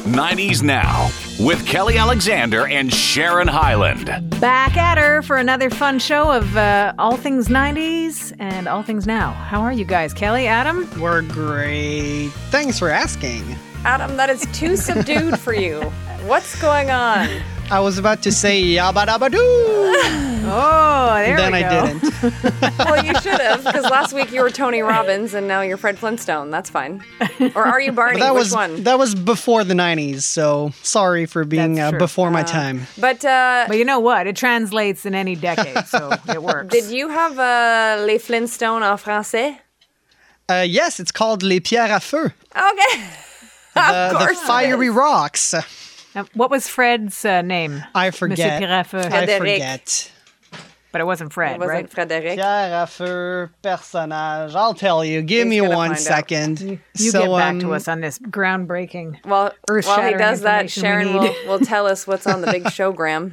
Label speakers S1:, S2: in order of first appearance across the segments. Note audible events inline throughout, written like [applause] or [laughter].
S1: 90s Now with Kelly Alexander and Sharon
S2: [laughs]
S1: Hyland.
S2: Back at her for another fun show of uh, all things 90s and all things now. How are you guys, Kelly, Adam?
S3: We're great. Thanks for asking.
S4: Adam, that is too subdued for you. What's going on?
S3: I was about to say yabba dabba doo.
S2: Oh, there
S3: then
S2: we go.
S3: I
S2: [laughs]
S3: didn't.
S4: Well, you should have, because last week you were Tony Robbins and now you're Fred Flintstone. That's fine. Or are you Barney?
S3: But [laughs] that
S4: Which
S3: was
S4: one?
S3: that was before the '90s, so sorry for being
S2: That's
S3: uh,
S2: true.
S3: before my time.
S4: But uh,
S2: But you know what? It translates in any decade, so
S3: [laughs]
S2: it works.
S4: did you have uh, Les Flintstones en français?
S3: Uh, yes, it's called Les Pierres à Feu,
S4: Okay.
S3: uh,
S4: of
S3: the
S4: course.
S3: fiery rocks.
S2: Now, Um, what was Fred's uh, name?
S3: I forget.
S2: Pierre à Feu.
S3: I
S4: Frédéric.
S3: forget.
S2: But it wasn't Fred,
S4: It wasn't
S2: right?
S4: Frederick.
S3: Pierre à Feu personnage. I'll tell you. Give me
S4: He's gonna
S3: one
S4: find out.
S3: second.
S2: You get back
S3: um,
S2: to us on this groundbreaking.
S4: Well, while he
S2: Earth-shattering
S4: does that,
S2: information we
S4: Sharon will,
S2: need.
S4: will tell us what's on the
S3: [laughs]
S4: big showgram.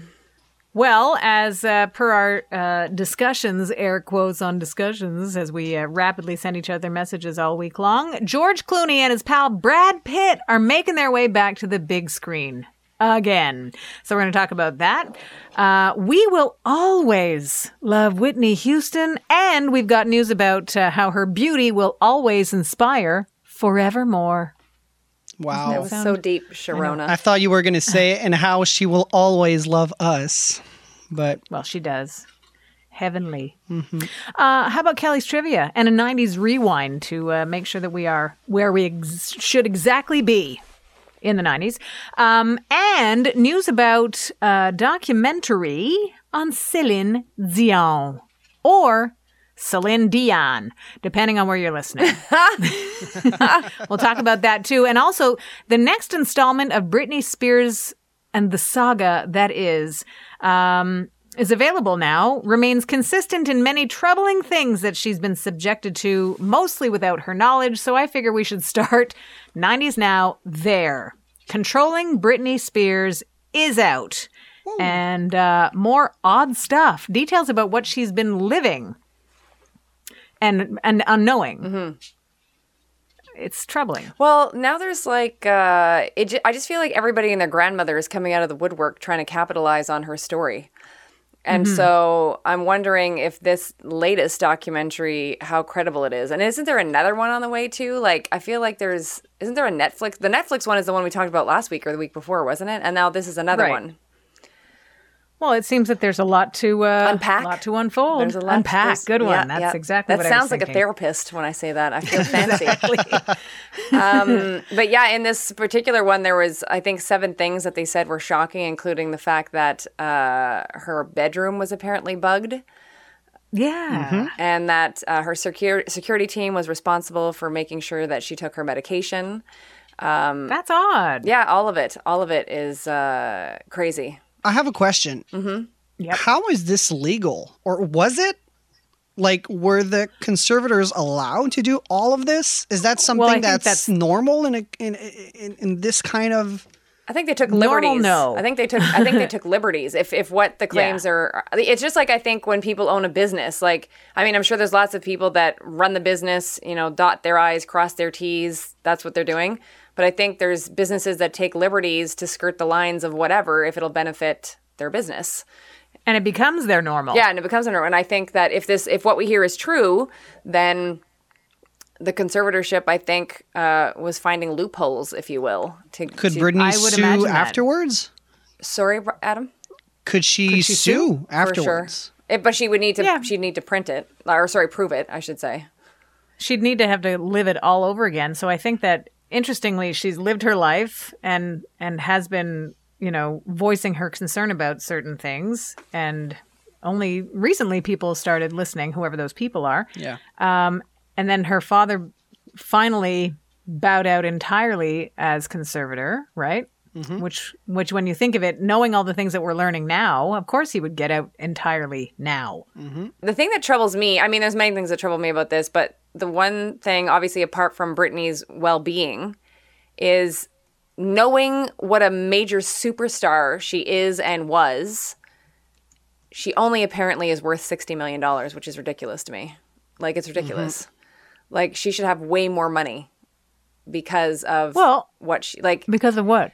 S2: Well, as uh, per our uh, discussions, air quotes on discussions, as we uh, rapidly send each other messages all week long, George Clooney and his pal Brad Pitt are making their way back to the big screen again. So we're going to talk about that. Uh, we will always love Whitney Houston, and we've got news about uh, how her beauty will always inspire forevermore.
S3: Wow.
S4: That was so deep, Sharona.
S3: I thought you were going to say, and how she will always love us. But
S2: Well, she does. Heavenly. Uh, how about Kelly's trivia and a 90s rewind to uh, make sure that we are where we ex- should exactly be in the 90s? Um, and news about a documentary on Celine Dion or Celine Dion, depending on where you're listening. we'll talk about that too. And also the next installment of Britney Spears and the saga that is um, is available now remains consistent in many troubling things that she's been subjected to mostly without her knowledge so i figure we should start [laughs] 90s now there controlling britney spears is out and uh, more odd stuff details about what she's been living and and unknowing it's troubling
S4: Well, now there's like, uh, it ju- I just feel like everybody and their grandmother is coming out of the woodwork trying to capitalize on her story. And so I'm wondering if this latest documentary, how credible it is. And isn't there another one on the way too? Like, I feel like there's, isn't there a Netflix? The Netflix one is the one we talked about last week or the week before, wasn't it? And now this is another
S2: Right.
S4: one.
S2: Well, it seems that there's a lot to uh,
S4: Unpack.
S2: lot to unfold.
S4: There's a lot
S2: Oh, Unpack.
S4: there's-
S2: Good one.
S4: yeah,
S2: That's
S4: yeah.
S2: exactly
S4: That
S2: what I
S4: sounds
S2: was
S4: like a
S2: thinking.
S4: therapist when I say that.
S2: [laughs]
S4: I feel fancy.
S2: Exactly.
S4: um, but yeah, in this particular one, there was I think seven things that they said were shocking, including the fact that uh, her bedroom was apparently bugged,
S2: yeah.
S4: and that uh, her secur- security team was responsible for making sure that she took her medication.
S2: That's odd.
S4: Yeah, all of it, all of it is uh, crazy.
S3: I have a question.
S2: Yep.
S3: How is this legal? Or was it? Like, were the conservators allowed to do all of this? Is that something
S2: think
S3: that's,
S2: that's-
S3: normal in, a, in, in in this kind of?
S4: I think they took
S2: Normal,
S4: liberties.
S2: no.
S4: I think they took. I think
S2: [laughs]
S4: they took liberties. If if what the claims are, it's just like I think when people own a business. Like I mean, I'm sure there's lots of people that run the business. You know, dot their i's, cross their t's. That's what they're doing. But I think there's businesses that take liberties to skirt the lines of whatever if it'll benefit their business.
S2: And it becomes their normal.
S4: Yeah, and it becomes a norm. And I think that if this, if what we hear is true, then the conservatorship, I think, uh, was finding loopholes, if you will. To
S3: Could
S4: to-
S3: Britney
S2: I would imagine
S3: sue
S2: that.
S3: afterwards?
S4: Sorry, Br- Adam.
S3: Could she,
S2: she
S3: sue,
S2: sue?
S4: for sure.
S3: afterwards?
S4: It, but she would need to.
S2: Yeah.
S4: She'd need to print it, or sorry, prove it. I should say.
S2: She'd need to have to live it all over again. So I think that interestingly, she's lived her life and and has been, you know, voicing her concern about certain things. And only recently people started listening, whoever those people are.
S3: Yeah.
S2: And then her father finally bowed out entirely as conservator, right? Which, which, when you think of it, knowing all the things that we're learning now, of course he would get out entirely now.
S4: The thing that troubles me. I mean, there's many things that trouble me about this, but the one thing, obviously, apart from Britney's well-being, is knowing what a major superstar she is and was. She only apparently is worth sixty million dollars, which is ridiculous to me. Like it's ridiculous. Like she should have way more money because of
S2: Well-
S4: what she like.
S2: Because of what?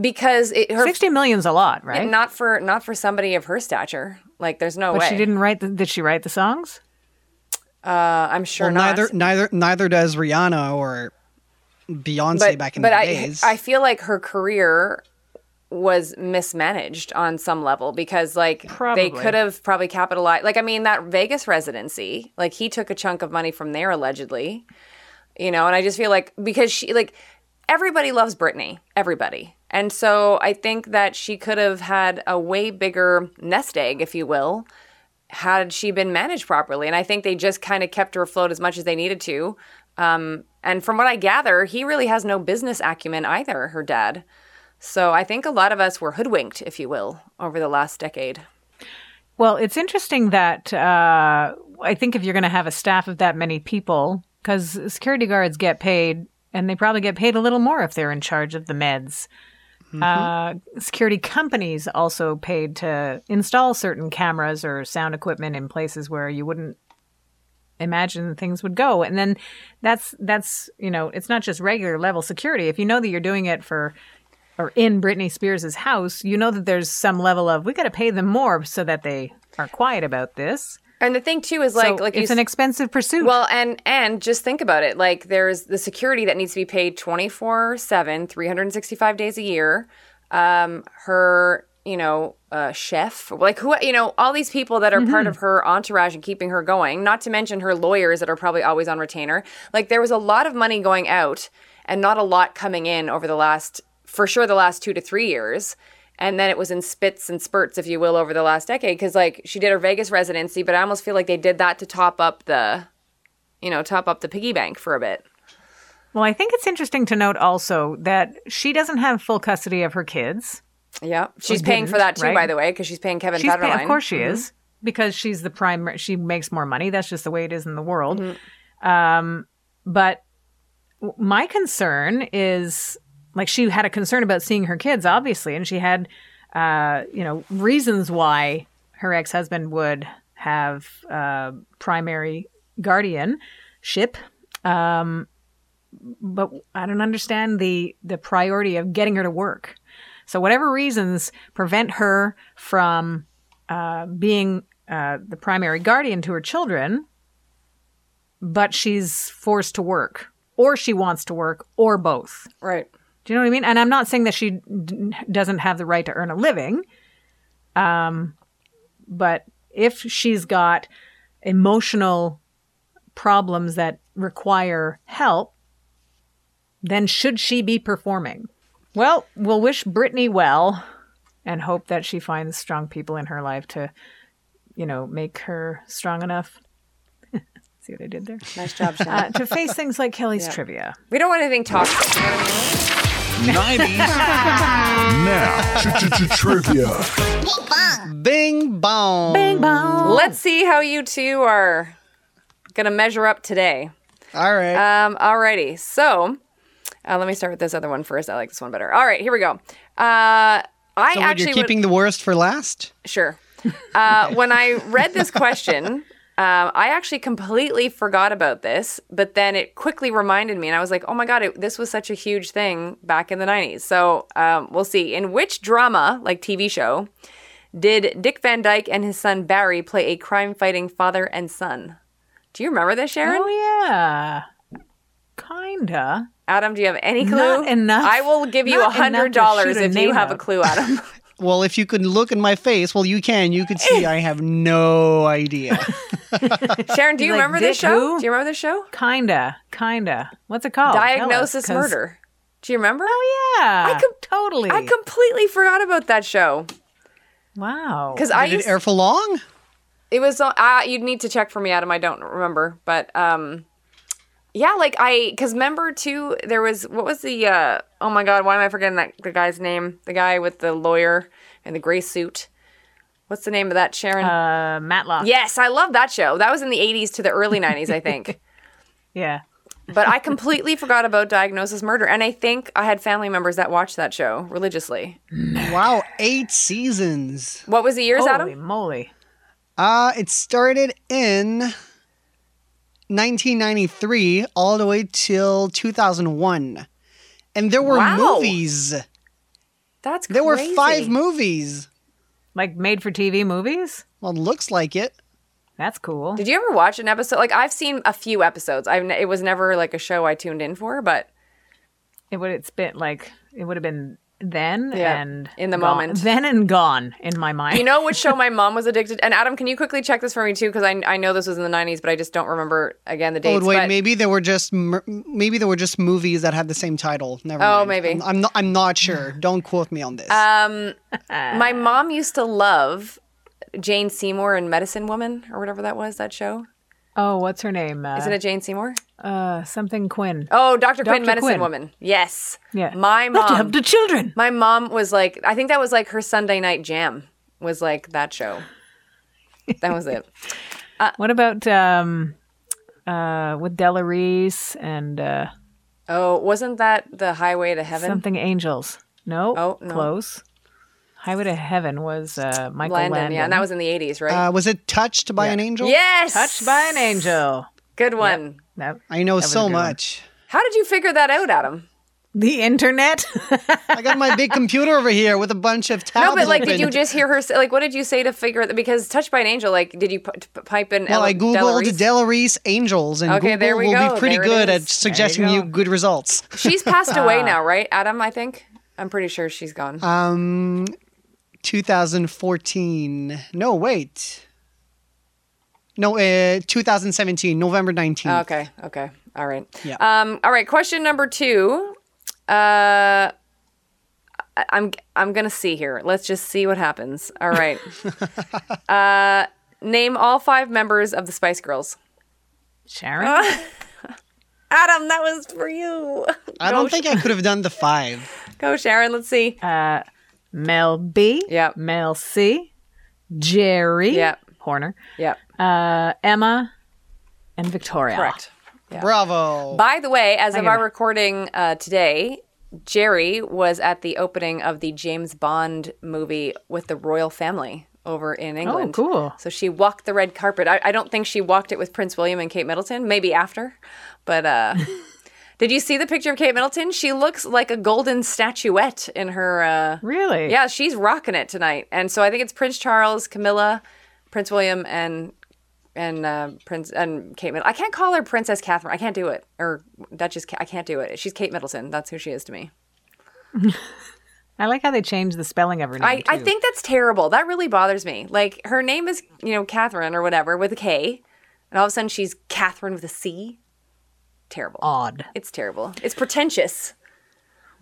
S4: because it her
S2: Sixty million's a lot, right?
S4: not for not for somebody of her stature. Like there's no
S2: but
S4: way.
S2: she didn't write. The, did she write the songs?
S4: Uh, I'm sure
S3: Well,
S4: not.
S3: neither neither neither does Rihanna or Beyonce
S4: but
S3: back in
S4: but
S3: the
S4: I
S3: days.
S4: I feel like her career was mismanaged on some level because like
S2: Probably.
S4: they could have probably capitalized. Like I mean that Vegas residency, like he took a chunk of money from there allegedly, you know. And I just feel like because she like everybody loves Britney, everybody. And so I think that she could have had a way bigger nest egg, if you will, had she been managed properly. And I think they just kind of kept her afloat as much as they needed to. Um, and from what I gather, he really has no business acumen either, her dad. So I think a lot of us were hoodwinked, if you will, over the last decade.
S2: Well, it's interesting that uh, I think if you're going to have a staff of that many people, because security guards get paid, and they probably get paid a little more if they're in charge of the meds. Uh, security companies also paid to install certain cameras or sound equipment in places where you wouldn't imagine things would go and then that's that's you know it's not just regular level security if you know that you're doing it for or in Britney Spears' house you know that there's some level of we got to pay them more so that they are quiet about this
S4: And the thing too is like
S2: so
S4: like you
S2: it's an
S4: s-
S2: expensive pursuit
S4: Well, and and just think about it. Like there's the security that needs to be paid 24/7, 365 days a year. Um her, you know, uh chef, like who, you know, all these people that are part of her entourage and keeping her going, not to mention her lawyers that are probably always on retainer. Like there was a lot of money going out and not a lot coming in over the last for sure the last 2 to 3 years. And then it was in spits and spurts, if you will, over the last decade. Because, like, she did her Vegas residency, but I almost feel like they did that to top up the you know, top up the piggy bank for a bit.
S2: well i think it's interesting to note also that she doesn't have full custody of her kids
S4: Yeah, she's
S2: Or
S4: paying for
S2: didn't,
S4: that too,
S2: right?
S4: by the way, because she's paying Kevin
S2: She's
S4: Federline.
S2: pay- of course she is because she's the primary. She makes more money. That's just the way it is in the world. Um, but w- my concern is like she had a concern about seeing her kids, obviously, and she had uh, you know reasons why her ex husband would have uh, primary guardianship. Um, but I don't understand the the priority of getting her to work. So whatever reasons prevent her from being uh, the primary guardian to her children, but she's forced to work, or she wants to work, or both.
S4: Right.
S2: Do you know what I mean? And I'm not saying that she d- doesn't have the right to earn a living, um, but if she's got emotional problems that require help, then should she be performing? Well, we'll wish Brittany well and hope that she finds strong people in her life to, you know, make her strong enough. [laughs] See what I did there?
S4: Nice job, Shannon.
S2: Uh, to face things like Kelly's trivia.
S4: we don't want anything toxic.
S1: 90s now.
S5: Trivia.
S3: Bing bong.
S2: Bing bong.
S4: Let's see how you two are gonna measure up today.
S3: All right.
S4: Um, alrighty. So uh, let me start with this other one first. I like this one better. All right, here we go. Uh, I
S3: so wait,
S4: actually
S3: you're
S4: would-
S3: keeping the worst for last.
S4: Sure. Uh, when I read this question, um, I actually completely forgot about this, but then it quickly reminded me, and I was like, oh my God, it, this was such a huge thing back in the 90s. So um, we'll see. In which drama, like TV show, did Dick Van Dyke and his son Barry play a crime fighting father and son? Do you remember this, Sharon?
S2: Oh yeah, kinda.
S4: Adam, do you have any clue?
S2: Not enough-
S4: I will give you
S2: not enough to
S4: $100
S2: shoot a
S4: if you
S2: name
S4: have a
S2: out.
S4: clue,
S2: [laughs]
S4: Adam.
S3: Well, if you could look in my face, well, you can. You could see I have no idea.
S4: Sharon, do you
S2: Like
S4: remember this
S2: Dick
S4: show?
S2: who?
S4: Do you remember this show?
S2: Kinda, kinda. What's it called? Tell us,
S4: Diagnosis
S2: 'cause- Oh,
S4: Murder. Do you remember?
S2: Yeah,
S4: I com-
S2: totally.
S4: I completely forgot about that show
S2: wow.
S4: because [laughs] I
S3: Did
S4: used,
S3: it air for long?
S4: it was on- uh, you'd need to check for me, Adam. I don't remember, but um, yeah, like I because remember too there was what was the uh oh my god why am I forgetting that the guy's name the guy with the lawyer and the gray suit what's the name of that Sharon
S2: uh, Matlock.
S4: yes I love that show that was in the eighties to the early nineties
S3: [laughs]
S4: I think
S2: yeah.
S4: but I completely forgot about Diagnosis Murder and I think I had family members that watched that show religiously
S3: Wow, eight seasons.
S4: what was the years
S2: Holy
S4: Adam
S2: moly!
S3: Uh, it started in 1993 all the way till 2001. And there were
S4: Wow.
S3: movies
S4: That's crazy.
S3: There were five movies.
S2: Like made for TV movies?
S3: Well, looks like it.
S2: That's cool.
S4: Did you ever watch an episode? Like I've seen a few episodes. I've ne- it was never like a show I tuned in for, but
S2: it would it's been like it would have been then
S4: Yeah,
S2: and
S4: in the
S2: gone.
S4: moment.
S2: Then and gone in my mind.
S4: you know which show my mom was addicted. And Adam, can you quickly check this for me too? Because I I know this was in the '90s, but I just don't remember again the dates.
S3: oh wait,
S4: but-
S3: maybe there were just mer- maybe there were just movies that had the same title. Never.
S4: Oh,
S3: mind.
S4: maybe.
S3: I'm, I'm not. I'm not
S4: [sighs]
S3: sure. Don't quote me on this.
S4: Um, my mom used to love Jane Seymour and Medicine Woman or whatever that was. That show
S2: oh, what's her name? Uh,
S4: isn't it Jane Seymour?
S2: uh, something Quinn.
S4: Oh, Doctor Quinn,
S2: Dr.
S4: Medicine
S2: Quinn.
S4: Woman. Yes.
S2: yeah.
S4: My
S2: Let's
S4: mom.
S2: help the children.
S4: my mom was like, I think that was like her Sunday night jam. Was like that show. That was it.
S2: What about um uh with Della Reese and uh
S4: Oh, wasn't that the Highway to Heaven?
S2: something angels? No.
S4: Oh, no.
S2: Close. Highway to Heaven was uh Michael
S4: Landon,
S2: Landon.
S4: yeah, and that was in the '80s, right?
S3: uh, was it Touched by an Angel?
S4: yes,
S2: Touched by an Angel.
S4: Good one.
S2: That,
S3: I know
S2: was a
S3: so
S2: good one.
S3: much.
S4: How did you figure that out, Adam?
S2: the internet. [laughs]
S3: I got my big computer over here with a bunch of tabs.
S4: [laughs] No, but like,
S3: open.
S4: did you just hear her? Say, like, what did you say to figure it? Because "Touched by an Angel," like, did you p- p- pipe in?
S3: Well,
S4: Ella
S3: I googled
S4: Delarice?
S3: Della Reese Angels, and
S4: Okay,
S3: Google
S4: there we
S3: will
S4: go.
S3: be pretty
S4: There it
S3: good at
S4: is. There you
S3: suggesting you,
S2: go.
S3: good results.
S4: She's
S3: [laughs]
S4: passed away now, right, Adam? I think I'm pretty sure she's gone.
S3: Um, 2014. No, wait. No, uh, 2017, November 19th.
S4: okay, okay, all right.
S3: Yeah.
S4: Um. All right. Question number two. Uh. I- I'm I'm gonna see here. Let's just see what happens.
S3: [laughs]
S4: All right. uh, name all five members of the Spice Girls.
S2: Sharon.
S4: Uh. Adam, that was for you. [laughs]
S3: I
S4: Go
S3: don't think I could have done the five.
S4: [laughs] Go, Sharon. Let's see.
S2: Mel B.
S4: Yep.
S2: Mel C. Jerry.
S4: Yep.
S2: Horner.
S4: yep.
S2: Uh, Emma and Victoria.
S4: Correct.
S3: Bravo.
S4: By the way, as of
S2: get
S4: our
S2: it.
S4: recording uh, today, Jerry was at the opening of the James Bond movie with the royal family over in England.
S2: cool.
S4: So she walked the red carpet. I, I don't think she walked it with Prince William and Kate Middleton, maybe after. But uh, did you see the picture of Kate Middleton? She looks like a golden statuette in her. Uh,
S2: Really?
S4: Yeah, she's rocking it tonight. And so I think it's Prince Charles, Camilla, Prince William, and and uh, Prince and Kate Middleton. I can't call her Princess Catherine. I can't do it. Or Duchess. Ca- I can't do it. She's Kate Middleton. That's who she is to me.
S2: I like how they changed the spelling of her name.
S4: I, I
S2: too.
S4: think that's terrible. That really bothers me. Like her name is you know Catherine or whatever with a K, and all of a sudden she's Catherine with a C. Terrible.
S2: odd.
S4: It's terrible. It's pretentious.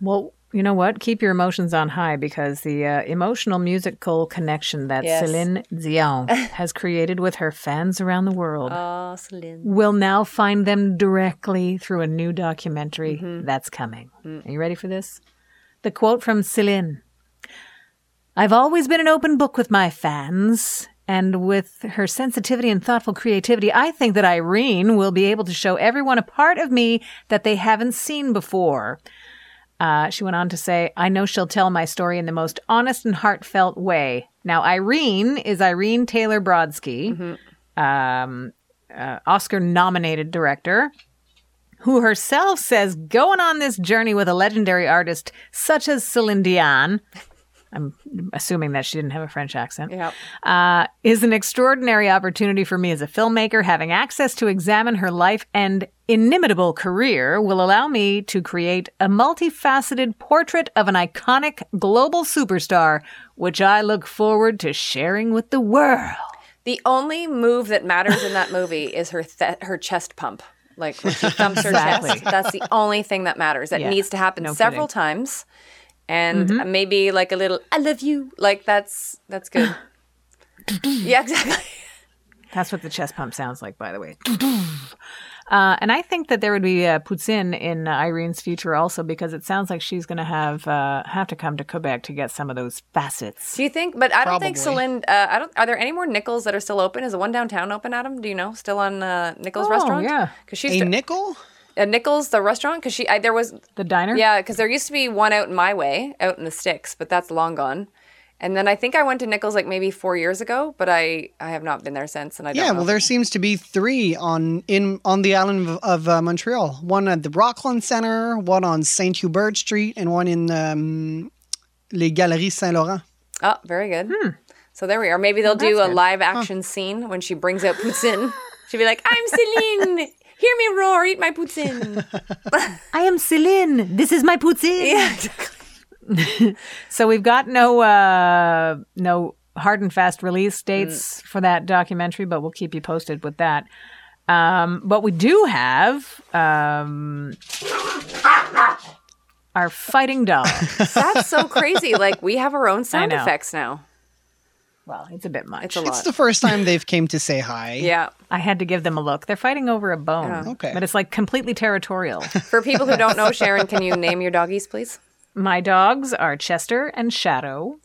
S2: Well, you know what? Keep your emotions on high because the uh, emotional musical connection that
S4: Yes.
S2: Celine
S4: [laughs]
S2: Dion has created with her fans around the world
S4: Oh, Celine.
S2: will now find them directly through a new documentary
S4: Mm-hmm.
S2: that's coming.
S4: Mm.
S2: Are you ready for this? The quote from Celine I've always been an open book with my fans. And with her sensitivity and thoughtful creativity, I think that Irene will be able to show everyone a part of me that they haven't seen before. Uh, she went on to say, I know she'll tell my story in the most honest and heartfelt way. Now, Irene is Irene Taylor Brodsky uh, Oscar nominated director, who herself says going on this journey with a legendary artist such as Celine Dion, I'm assuming that she didn't have a French accent,
S4: Yep.
S2: uh, is an extraordinary opportunity for me as a filmmaker. Having access to examine her life and inimitable career will allow me to create a multifaceted portrait of an iconic global superstar, which I look forward to sharing with the world.
S4: The only move that matters in that
S2: [laughs]
S4: movie is her th- her chest pump. Like when she thumps her chest.
S2: Exactly.
S4: That's the only thing that matters. That
S2: Yeah,
S4: needs to happen
S2: no Mm-hmm.
S4: several times. And maybe like a little I love you. Like that's
S2: [laughs]
S4: that's good. yeah, exactly.
S2: That's what the chest pump sounds like, by the way. [laughs] Uh, and I think that there would be uh, Poutine in uh, Irene's future also because it sounds like she's going to have uh, have to come to Quebec to get some of those facets.
S4: Do you think but I don't think
S3: Probably.
S4: Celine uh, I don't are there any more Nichols that are still open? Is the one downtown open, Adam? Do you know? Still on uh, Nichols
S2: Oh,
S4: restaurant?
S2: yeah.
S4: Cuz she's
S3: A nickel?
S4: uh, Nichols the restaurant cuz she I, there was
S2: The diner?
S4: Yeah, because there used to be one out in my way, out in the sticks, but that's long gone. And then I think I went to Nichols like maybe four years ago, but I I have not been there since, and I don't
S3: Yeah,
S4: know.
S3: well, there seems to be three on in on the island of, of uh, Montreal. One at the Rockland Center, one on Saint Hubert Street, and one in um, Les Galeries Saint-Laurent.
S4: Oh, very good.
S3: Hmm.
S4: So there we are. Maybe they'll do a live action scene when she brings out
S3: [laughs]
S4: Poutine. She'll be like, I'm Celine. Hear me roar. Eat
S3: [laughs]
S4: my Poutine.
S2: I am Celine. This is my poutine.
S4: Yeah.
S2: So we've got no uh, no hard and fast release dates
S4: Mm.
S2: for that documentary, but we'll keep you posted with that. Um, but we do have um, our fighting
S4: [laughs]
S2: dog.
S4: That's so crazy. Like, we have our own sound
S2: know.
S4: effects now.
S2: well, it's a bit much.
S4: It's a
S3: It's
S4: lot.
S3: the first time they've came to say hi.
S4: yeah.
S2: I had to give them a look. They're fighting over a bone.
S4: Oh.
S3: Okay.
S2: But it's like completely territorial.
S4: For people who don't know, Sharon, can you name your doggies, please?
S2: My dogs are Chester and Shadow.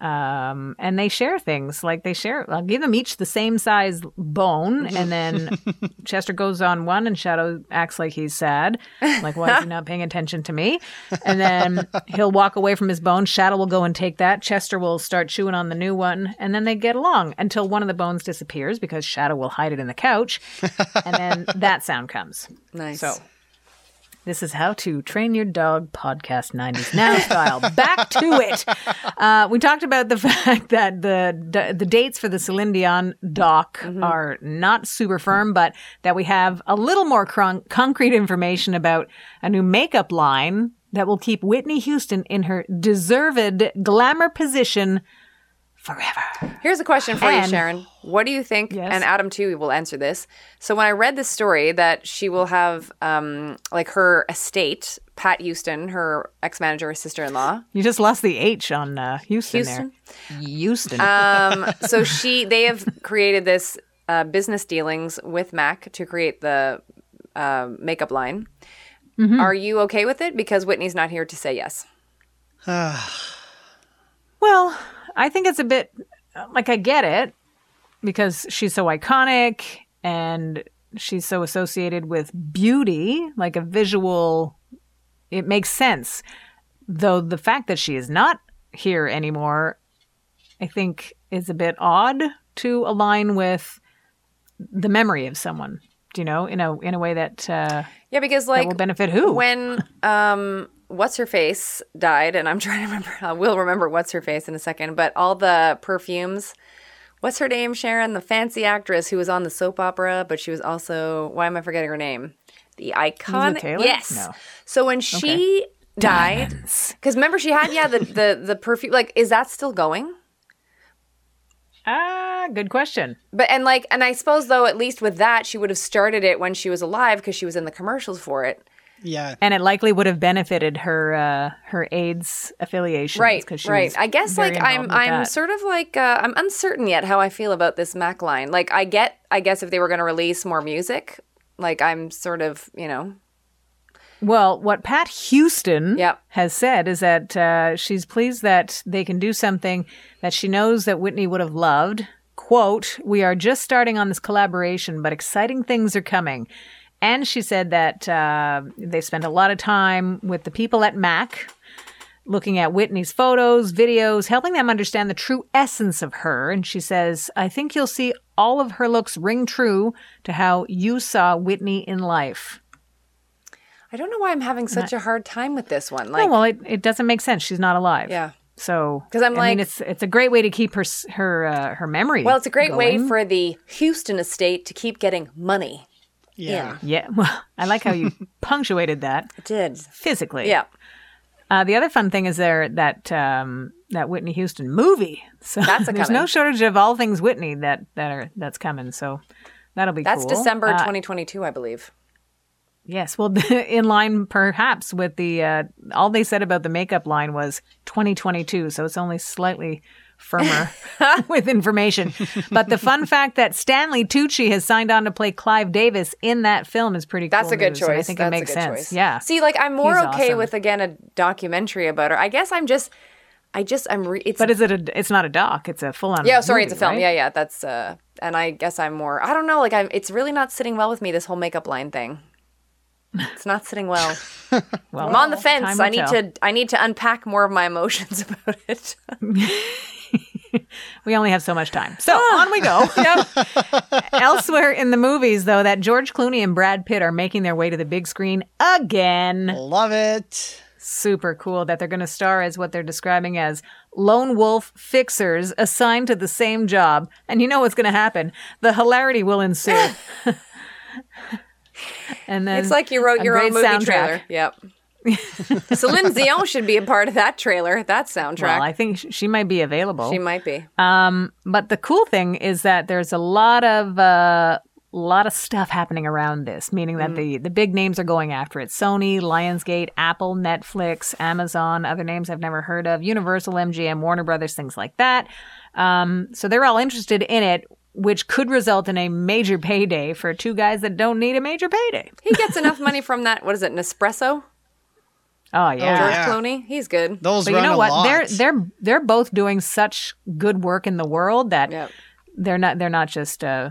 S2: Um, and they share things like they share. I'll give them each the same size bone, and then Chester goes on one, and Shadow acts like he's sad, like why is he not paying attention to me? And then he'll walk away from his bone. Shadow will go and take that. Chester will start chewing on the new one, and then they get along until one of the bones disappears because Shadow will hide it in the couch, and then that sound comes.
S4: Nice.
S2: So, this is how to train your dog podcast 90s now style. Back to it. Uh, we talked about the [laughs] fact that the the dates for the Celine Dion doc are not super firm, but that we have a little more cron- concrete information about a new makeup line that will keep Whitney Houston in her deserved glamour position forever.
S4: Here's a question for you,
S2: And-
S4: Sharon. What do you think?
S2: Yes.
S4: And Adam too will answer this. So when I read this story that she will have, um, like her estate, Pat Houston, her ex-manager, her sister-in-law.
S2: You just lost the H on uh, Houston,
S4: Houston?
S2: there. Houston. [laughs]
S4: Um, so she, they have created this uh, business dealings with Mac to create the uh, makeup line.
S2: Mm-hmm.
S4: Are you okay with it? Because Whitney's not here to say yes.
S2: Well, I think it's a bit like I get it because she's so iconic and she's so associated with beauty, like a visual, it makes sense. Though the fact that she is not here anymore, I think is a bit odd to align with the memory of someone. Do you know in a in a way that uh,
S4: Yeah, because like
S2: will benefit who?
S4: when um what's her face died and i'm [laughs] trying to remember i will remember what's her face in a second but all the perfumes what's her name sharon the fancy actress who was on the soap opera but she was also why am i forgetting her name the icon
S2: Taylor?
S4: yes
S2: No.
S4: so when she died because remember she had yeah the the, the perfume like is that still going
S2: ah, good question.
S4: but and like and i suppose though at least with that she would have started it when she was alive because she was in the commercials for it
S3: Yeah.
S2: and it likely would have benefited her uh, her AIDS affiliation,
S4: right
S2: Because
S4: right i guess like i'm i'm sort of like uh, i'm uncertain yet how i feel about this mac line like i get i guess if they were going to release more music like i'm sort of you know
S2: well. What Pat Houston
S4: Yep.
S2: has said is that uh, she's pleased that they can do something that she knows that Whitney would have loved. "Quote: We are just starting on this collaboration, but exciting things are coming." And she said that uh, they spent a lot of time with the people at Mac, looking at Whitney's photos, videos, helping them understand the true essence of her. And she says, I think you'll see all of her looks ring true to how you saw Whitney in life.
S4: i don't know why i'm having such a hard time with this one like
S2: oh, well, it, it doesn't make sense. She's not alive.
S4: Yeah.
S2: So,
S4: 'Cause I'm
S2: I
S4: like-
S2: mean, it's it's a great way to keep her s- her uh, her memory.
S4: well it's a great way
S2: going.
S4: for the houston estate to keep getting money
S3: Yeah.
S2: yeah. [laughs] Well, I like how
S4: [laughs]
S2: you punctuated that
S4: it did
S2: physically.
S4: yeah
S2: Uh, the other fun thing is there that um, that Whitney Houston movie. [laughs] So
S4: That's a
S2: there's
S4: coming.
S2: no shortage of all things Whitney that that are that's coming. So that'll be
S4: that's
S2: cool.
S4: december
S2: Uh,
S4: 2022 i believe
S2: Yes, well, [laughs] in line perhaps with the uh, all they said about the makeup line was 2022, so it's only slightly
S4: [laughs]
S2: firmer [laughs] with information. But the fun fact that Stanley Tucci has signed on to play Clive Davis in that film is pretty.
S4: That's
S2: cool
S4: a good
S2: news,
S4: choice.
S2: and I think
S4: That's
S2: it makes
S4: a good
S2: sense.
S4: Choice.
S2: Yeah.
S4: See, like I'm more
S2: He's
S4: okay
S2: awesome.
S4: with again a documentary about her. I guess I'm just, I just I'm. Re- it's
S2: but is it a? It's not a doc. It's a full on.
S4: Yeah, sorry, it's a film. Yeah, yeah, that's uh and I guess I'm more I don't know, like I'm it's really not sitting well with me this whole makeup line thing. It's not sitting well.
S2: Well,
S4: I'm on the
S2: time
S4: fence.
S2: will
S4: I need
S2: tell.
S4: to I need to unpack more of my emotions [laughs] about it.
S2: We only have so much time. So
S4: Ah.
S2: on we
S4: [laughs]
S2: go. [laughs] Elsewhere in the movies, though, that George Clooney and Brad Pitt are making their way to the big screen again.
S3: Love it.
S2: super cool that they're going to star as what they're describing as lone wolf fixers assigned to the same job. And you know what's going to happen? The hilarity will ensue.
S4: [laughs]
S2: and then
S4: It's like you wrote
S2: a
S4: your
S2: great
S4: own movie
S2: soundtrack.
S4: trailer. Yep.
S2: [laughs]
S4: Celine Dion should be a part of that trailer, that soundtrack.
S2: Well, I think sh- she might be available.
S4: she might be.
S2: But the cool thing is that there's a lot of uh, lot of stuff happening around this, meaning that the the big names are going after it: Sony, Lionsgate, Apple, Netflix, Amazon, other names I've never heard of, Universal, MGM, Warner Brothers, things like that. Um, so they're all interested in it. Which could result in a major payday for two guys that don't need a major payday.
S4: he gets enough money from that. What is it, Nespresso?
S2: Oh
S4: George
S2: yeah,
S3: Yeah.
S4: Clooney. He's good.
S3: Those
S2: but you
S3: run
S2: know
S3: a
S2: what?
S3: lot.
S2: They're they're they're both doing such good work in the world that
S4: Yep.
S2: they're not they're not just uh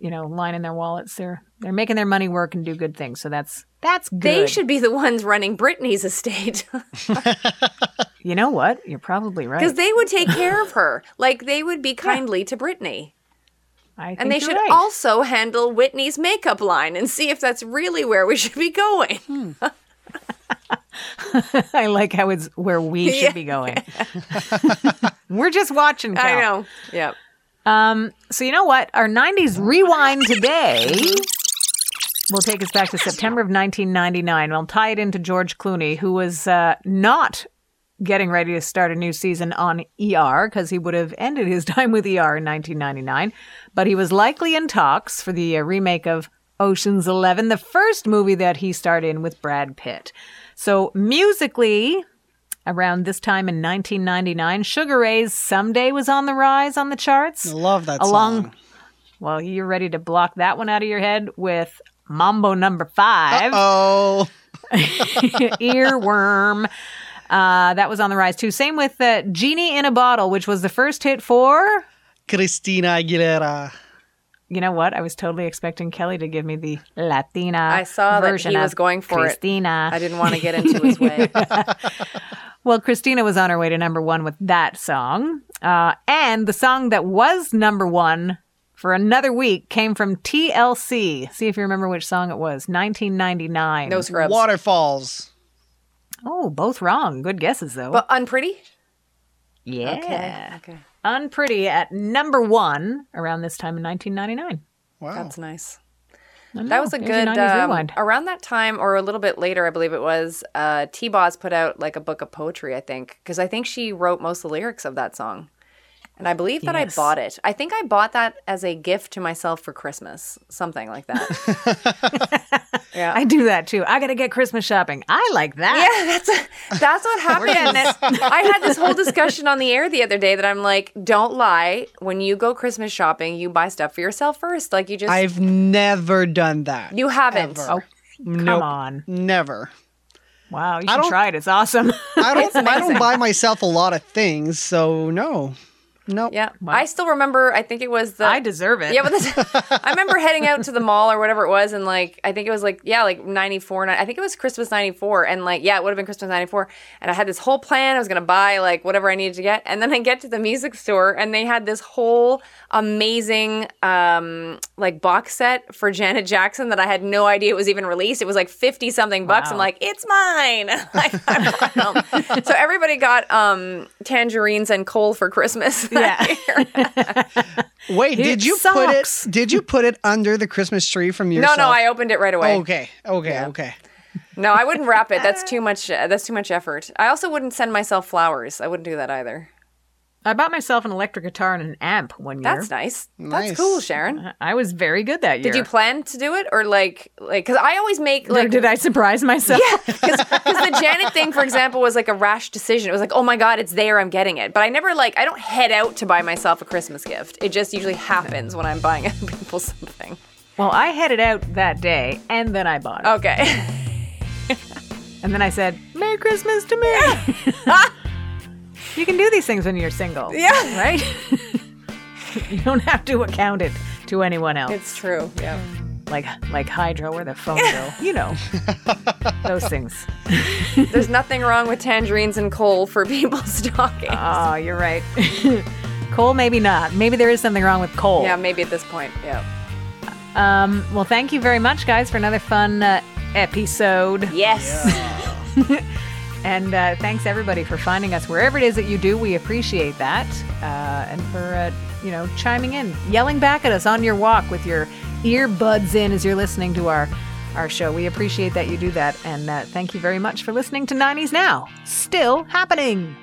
S2: you know lining their wallets they're they're making their money work and do good things so that's that's good
S4: They should be the ones running Britney's estate [laughs]
S2: you know what you're probably right
S4: because they
S2: [laughs]
S4: would take care of her. Like they would be kindly to Britney.
S2: I think
S4: And they
S2: you're
S4: should
S2: right.
S4: also handle Whitney's makeup line and see if that's really where we should be going.
S2: [laughs]
S4: [laughs]
S2: i like how it's where we should be
S4: [laughs]
S2: going [laughs] we're just watching
S4: I
S2: Cal.
S4: know. Yep.
S2: so you know what our 90s rewind today will take us back to september of 1999 i'll tie it into george clooney who was uh, not getting ready to start a new season on ER because he would have ended his [laughs] time with ER in 1999. But he was likely in talks for the uh, remake of Ocean's Eleven, the first movie that he starred in with Brad Pitt. So, musically, around this time in 1999, Sugar Ray's Someday was on the rise on the charts.
S3: I love that
S2: Along-
S3: song.
S2: Well, you're ready to block that one out of your head with Mambo number 5
S4: [laughs]
S3: Oh,
S2: earworm. Uh, that was on the rise too. Same with uh, Genie in a Bottle, which was the first hit for.
S3: Christina Aguilera.
S2: You know what? I was totally expecting Kelly to give me the Latina.
S4: I saw that
S2: version
S4: he
S2: of
S4: was going for it.
S2: Christina.
S4: I didn't want to get into
S2: [laughs]
S4: his way.
S2: Well, Christina was on her way to number one with that song. Uh, and the song that was number one for another week came from TLC. See if you remember which song it was. 1999.
S4: No scrubs.
S3: Waterfalls.
S2: Oh, both wrong. Good guesses though.
S4: But unpretty?
S2: yeah.
S4: Okay.
S2: Unpretty at number one around this time in 1999.
S3: Wow.
S4: That's nice.
S2: I know.
S4: That was a
S2: There's your
S4: good
S2: 90s
S4: um,
S2: rewind.
S4: around that time or a little bit later, I believe it was. Uh, T. Boz put out like a book of poetry, I think, because I think she wrote most of the lyrics of that song, and I believe that
S2: Yes.
S4: I bought it. I think I bought that as a gift to myself for Christmas, something like that.
S3: [laughs]
S4: yeah,
S2: I do that too. I gotta get Christmas shopping. I like that.
S4: yeah, [laughs] that's that's what happened. And it- I had this whole discussion on the air the other day that I'm like, don't lie. When you go Christmas shopping, you buy stuff for yourself first. Like you just
S3: I've never done that.
S4: you haven't.
S3: ever.
S2: Oh, come
S3: Nope.
S2: on!
S3: Never.
S2: Wow, you
S3: I
S2: should
S3: don't-
S2: try it. It's awesome. [laughs]
S3: I don't. I don't buy myself a lot of things, so no, no.
S4: Yeah, I still remember. I think it was the
S2: I deserve it.
S4: Yeah,
S2: [laughs]
S4: but that's, I remember heading out to the mall or whatever it was, and like I think it was like yeah, like '94. I think it was Christmas '94, and like yeah, it would have been Christmas '94. And I had this whole plan. I was gonna buy like whatever I needed to get, and then I get to the music store, and they had this whole amazing um like box set for Janet Jackson that I had no idea was even released. It was like fifty something bucks. I'm
S2: Wow.
S4: like, it's mine. [laughs] Like, I
S2: [laughs]
S4: bought them. so everybody got um tangerines and coal for Christmas. [laughs] that year.
S3: Wait,
S2: It
S3: did you put
S2: sucks.
S3: it? Did you put it under the Christmas tree from
S4: no,
S3: yourself? Oh,
S4: no, I opened it right away.
S3: Okay, okay, okay.
S4: No, I wouldn't wrap it. [laughs] That's too much. Uh, that's too much effort. I also wouldn't send myself flowers. I wouldn't do that either.
S2: I bought myself an electric guitar and an amp one year.
S4: That's nice.
S3: Nice.
S4: That's cool, Sharon.
S2: I was very good that year.
S4: Did you plan to do it or like like? Because I always make
S2: Or
S4: like [laughs]
S2: did I surprise myself?
S4: because the Janet thing, for example, was like a rash decision. It was like, oh my god, it's there. I'm getting it. But I never like I don't head out to buy myself a Christmas gift. It just usually happens when I'm buying [laughs] other people something.
S2: Well, I headed out that day, and then I bought it,
S4: Okay. [laughs]
S2: and then I said, "Merry Christmas to me." [laughs] you can do these things when you're single.
S4: Yeah.
S2: right. [laughs] you don't have to account it to anyone else.
S4: It's true. Yeah.
S2: like like hydro or the phone bill, you
S4: [laughs]
S2: know, those things.
S4: There's nothing wrong with tangerines and coal for [laughs] people's talking.
S3: Uh,
S2: Oh, you're right. [laughs] coal, maybe not. Maybe there is something wrong with coal.
S4: yeah, maybe at this point. Yeah.
S2: Um, well, thank you very much, guys, for another fun uh, episode.
S4: Yes.
S2: And uh, thanks everybody for finding us wherever it is that you do. We appreciate that, uh, and for uh, you know chiming in, yelling back at us on your walk with your earbuds in as you're listening to our our show. We appreciate that you do that, and uh, thank you very much for listening to 90s Now, still happening.